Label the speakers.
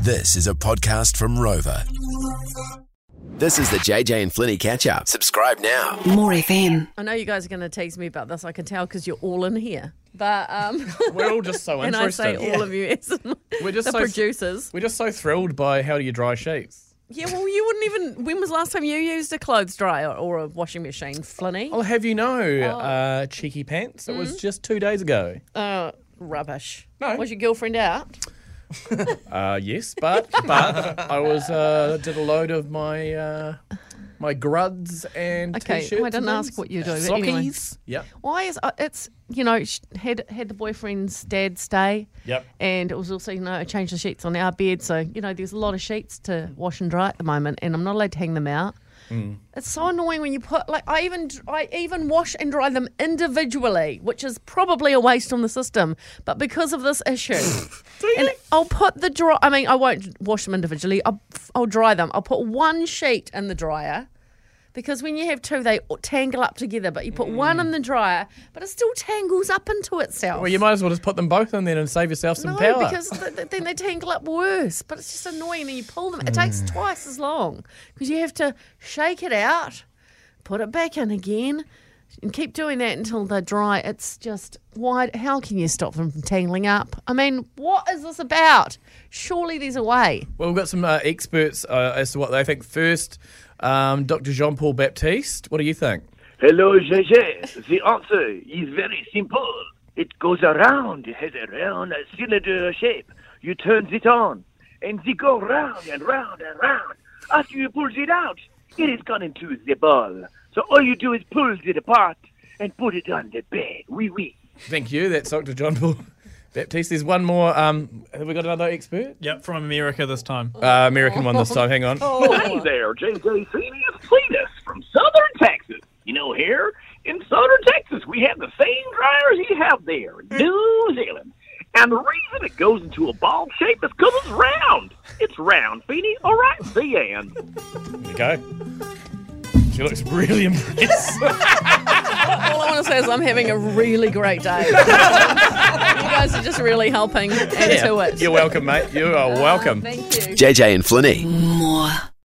Speaker 1: This is a podcast from Rover. This is the JJ and Flinny catch up. Subscribe now.
Speaker 2: More FM.
Speaker 3: I know you guys are going to tease me about this. I can tell because you're all in here. But um,
Speaker 4: We're all just so
Speaker 3: and I
Speaker 4: interested.
Speaker 3: say all of you as
Speaker 4: We're just
Speaker 3: the
Speaker 4: so
Speaker 3: producers.
Speaker 4: We're just so thrilled by how do you dry sheets.
Speaker 3: Yeah, well, you wouldn't even. When was the last time you used a clothes dryer or a washing machine, Flinny?
Speaker 4: I'll have you know,
Speaker 3: Oh.
Speaker 4: uh, cheeky pants. It
Speaker 3: Mm.
Speaker 4: was just two days ago.
Speaker 3: Uh, rubbish.
Speaker 4: No.
Speaker 3: Was your girlfriend out?
Speaker 4: Uh, yes, but but I was uh, did a load of my uh, my gruds and
Speaker 3: Okay,
Speaker 4: t-shirts.
Speaker 3: I didn't
Speaker 4: and
Speaker 3: ask
Speaker 4: things.
Speaker 3: what you do, but anyway.
Speaker 4: Sockies. Yep.
Speaker 3: Why is uh, it's you know sh- had had the boyfriend's dad stay.
Speaker 4: Yep.
Speaker 3: And it was also you know I changed the sheets on our bed, so you know there's a lot of sheets to wash and dry at the moment, and I'm not allowed to hang them out. It's so annoying when you put like I even I even wash and dry them individually, which is probably a waste on the system. But because of this issue, and I'll put the dry. I mean, I won't wash them individually. I'll, I'll dry them. I'll put one sheet in the dryer because when you have two, they tangle up together. But you put one in the dryer, but it still tangles up into itself.
Speaker 4: Mm. Well, you might as well just put them both in then and save yourself some
Speaker 3: no,
Speaker 4: power.
Speaker 3: because th- th- then they tangle up worse. But it's just annoying, and you pull them. It takes twice as long because you have to shake it out, put it back in again, and keep doing that until they're dry. It's just why? How can you stop them from tangling up? I mean, what is this about? Surely there's a way.
Speaker 4: Well, we've got some uh, experts uh, as to what they think. First, um, Dr. Jean Paul Baptiste. What do you think?
Speaker 5: Hello, JJ. The answer is very simple. It goes around. It has a round cylinder shape. You turn it on, and they go round and round and round. After you pull it out, it is gone into the ball. So all you do is pull it apart and put it on the bed. Wee wee.
Speaker 4: Thank you. That's Dr. John Paul Baptiste. There's one more. Um, have we got another expert?
Speaker 6: Yep, from America this time.
Speaker 4: Uh, American one this time. Hang on.
Speaker 5: Oh.
Speaker 7: Hey there, JJ Senior Cletus from Southern Texas. You know, here in Southern Texas, we have the same dryers you have there in New Zealand. And the reason it goes into a ball shape is because it's round. It's round, Feeny. All right, the end.
Speaker 4: There we go. She looks really impressed.
Speaker 3: All I want to say is I'm having a really great day. you guys are just really helping add to it.
Speaker 4: You're welcome, mate. You are welcome.
Speaker 3: Thank you.
Speaker 1: JJ and Flinny.